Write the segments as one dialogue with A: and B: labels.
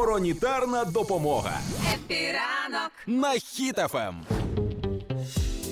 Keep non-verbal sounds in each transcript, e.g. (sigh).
A: Гуморонітарна допомога
B: Піранок.
A: на Ем. хітафем.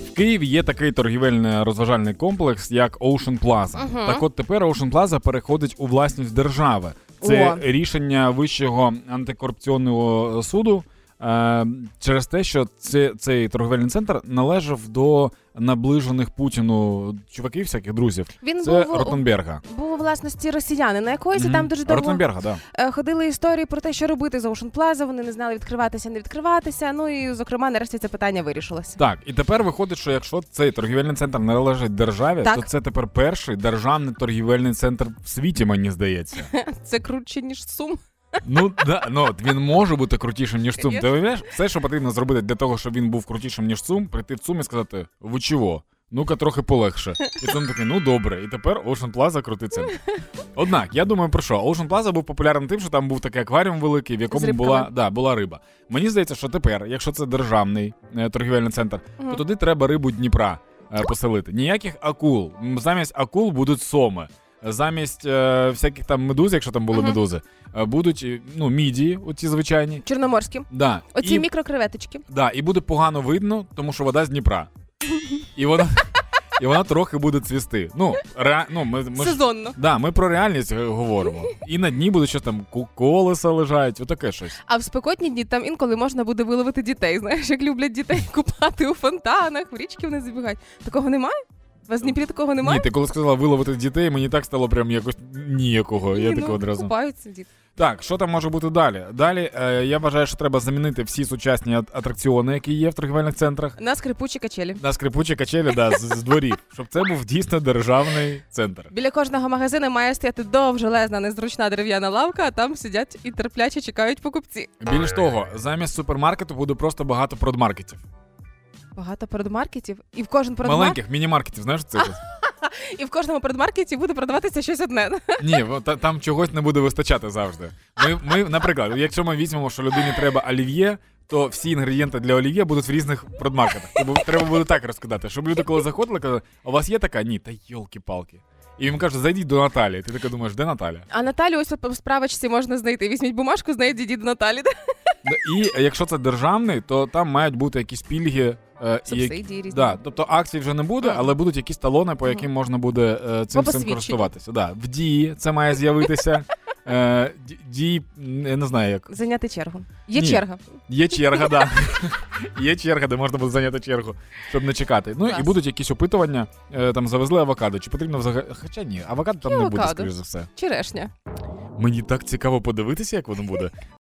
C: В Києві є такий торгівельний розважальний комплекс, як Ocean Plaza. Так от тепер Ocean Plaza переходить у власність держави. Це
D: О.
C: рішення вищого антикорупційного суду. е, Через те, що це, цей торговельний центр належав до наближених Путіну чуваків, всяких друзів.
D: Він
C: Це
D: був у-
C: Ротенберга.
D: Був у власності росіяни. На якоїсь
C: Мгм.
D: там дуже довго
C: Ротенберга, да.
D: е, ходили історії про те, що робити з Ocean Plaza. Вони не знали відкриватися, не відкриватися. Ну і зокрема, нарешті це питання вирішилося.
C: Так, і тепер виходить, що якщо цей торгівельний центр належить державі,
D: Так.
C: то це тепер перший державний торгівельний центр в світі, мені здається.
D: Це круче ніж сум.
C: Ну да, ну от він може бути крутішим, ніж ЦУМ. Ти
D: Конечно.
C: уявляєш, все, що потрібно зробити для того, щоб він був крутішим, ніж ЦУМ, прийти в ЦУМ і сказати, ви чого? Ну-ка трохи полегше. І ЦУМ такий, ну добре, і тепер Ocean Plaza крутий центр. Однак, я думаю про що? Ocean Plaza був популярним тим, що там був такий акваріум великий, в
D: З
C: якому
D: рибками.
C: була, да, була риба. Мені здається, що тепер, якщо це державний е, торгівельний центр, то
D: Мгм.
C: туди треба рибу Дніпра е, поселити. Ніяких акул. М, Замість акул будуть соми. Замість е, всяких там медуз, якщо там були
D: Мгм.
C: медузи, е, будуть е, ну, мідії, оці звичайні.
D: Чорноморські.
C: Да.
D: Оці
C: і,
D: мікрокреветочки.
C: да, і буде погано видно, тому що вода з Дніпра.
D: (laughs)
C: І вона, і вона трохи буде цвісти. Ну, ре, ну ми, ми ж,
D: Сезонно.
C: да, ми про реальність е, говоримо. І на дні буде щось там ку- колеса лежать, отаке щось.
D: А в спекотні дні там інколи можна буде виловити дітей. Знаєш, як люблять дітей (laughs) купати у фонтанах, в річки вони забігають. Такого немає? У вас в Дніпрі такого немає?
C: Ні, ти коли сказала виловити дітей, мені так стало прям якось ніякого. Я
D: Ні,
C: такого
D: ну,
C: одразу.
D: Купаються діти.
C: Так, що там може бути далі? Далі е, я вважаю, що треба замінити всі сучасні ат- атракціони, які є в торгівельних центрах.
D: На скрипучі качелі.
C: На скрипучі качелі, да, з, з дворів, щоб це був дійсно державний центр.
D: Біля кожного магазину має стояти довжелезна незручна дерев'яна лавка, а там сидять і терпляче чекають покупці.
C: Більш того, замість супермаркету буде просто багато продмаркетів.
D: Багато продмаркетів, і в кожен продмар...
C: Маленьких міні-маркетів, знаєш це?
D: і в кожному продмаркеті буде продаватися щось одне.
C: Ні, во- та- там чогось не буде вистачати завжди. Ми, ми, наприклад, якщо ми візьмемо, що людині треба олів'є, то всі інгредієнти для олів'є будуть в різних продмаркетах. Тобто треба буде так розкидати, щоб люди, коли заходили, казали, «А у вас є така? Ні, та йолки-палки. І їм кажуть, зайдіть до Наталі. Ти таке думаєш, де Наталя?
D: А Наталю ось по справочці можна знайти. Візьміть бумажку, знайдіть діду Наталі. (laughs)
C: Да, Ну, І якщо це державний, то там мають бути якісь пільги. е, і які-
D: Субсидії різні.
C: Да, тобто акцій вже не буде,
D: Мгм.
C: але будуть якісь талони, по яким можна буде е, цим всім
D: посвідченню.
C: користуватися. Да, в дії це має з'явитися. Е, Ді- дії, м, я не знаю як.
D: Зайняти чергу. Є
C: Ні.
D: черга.
C: Є черга, да. Є черга, де можна буде зайняти чергу, щоб не чекати. Ну і
D: Клас.
C: будуть якісь опитування. е, Там завезли авокадо. Чи потрібно взагалі. Хоча ні, авокадо там
D: Є
C: не буде,
D: авокадо.
C: скоріш за все.
D: Черешня.
C: Мені так цікаво подивитися, як воно буде.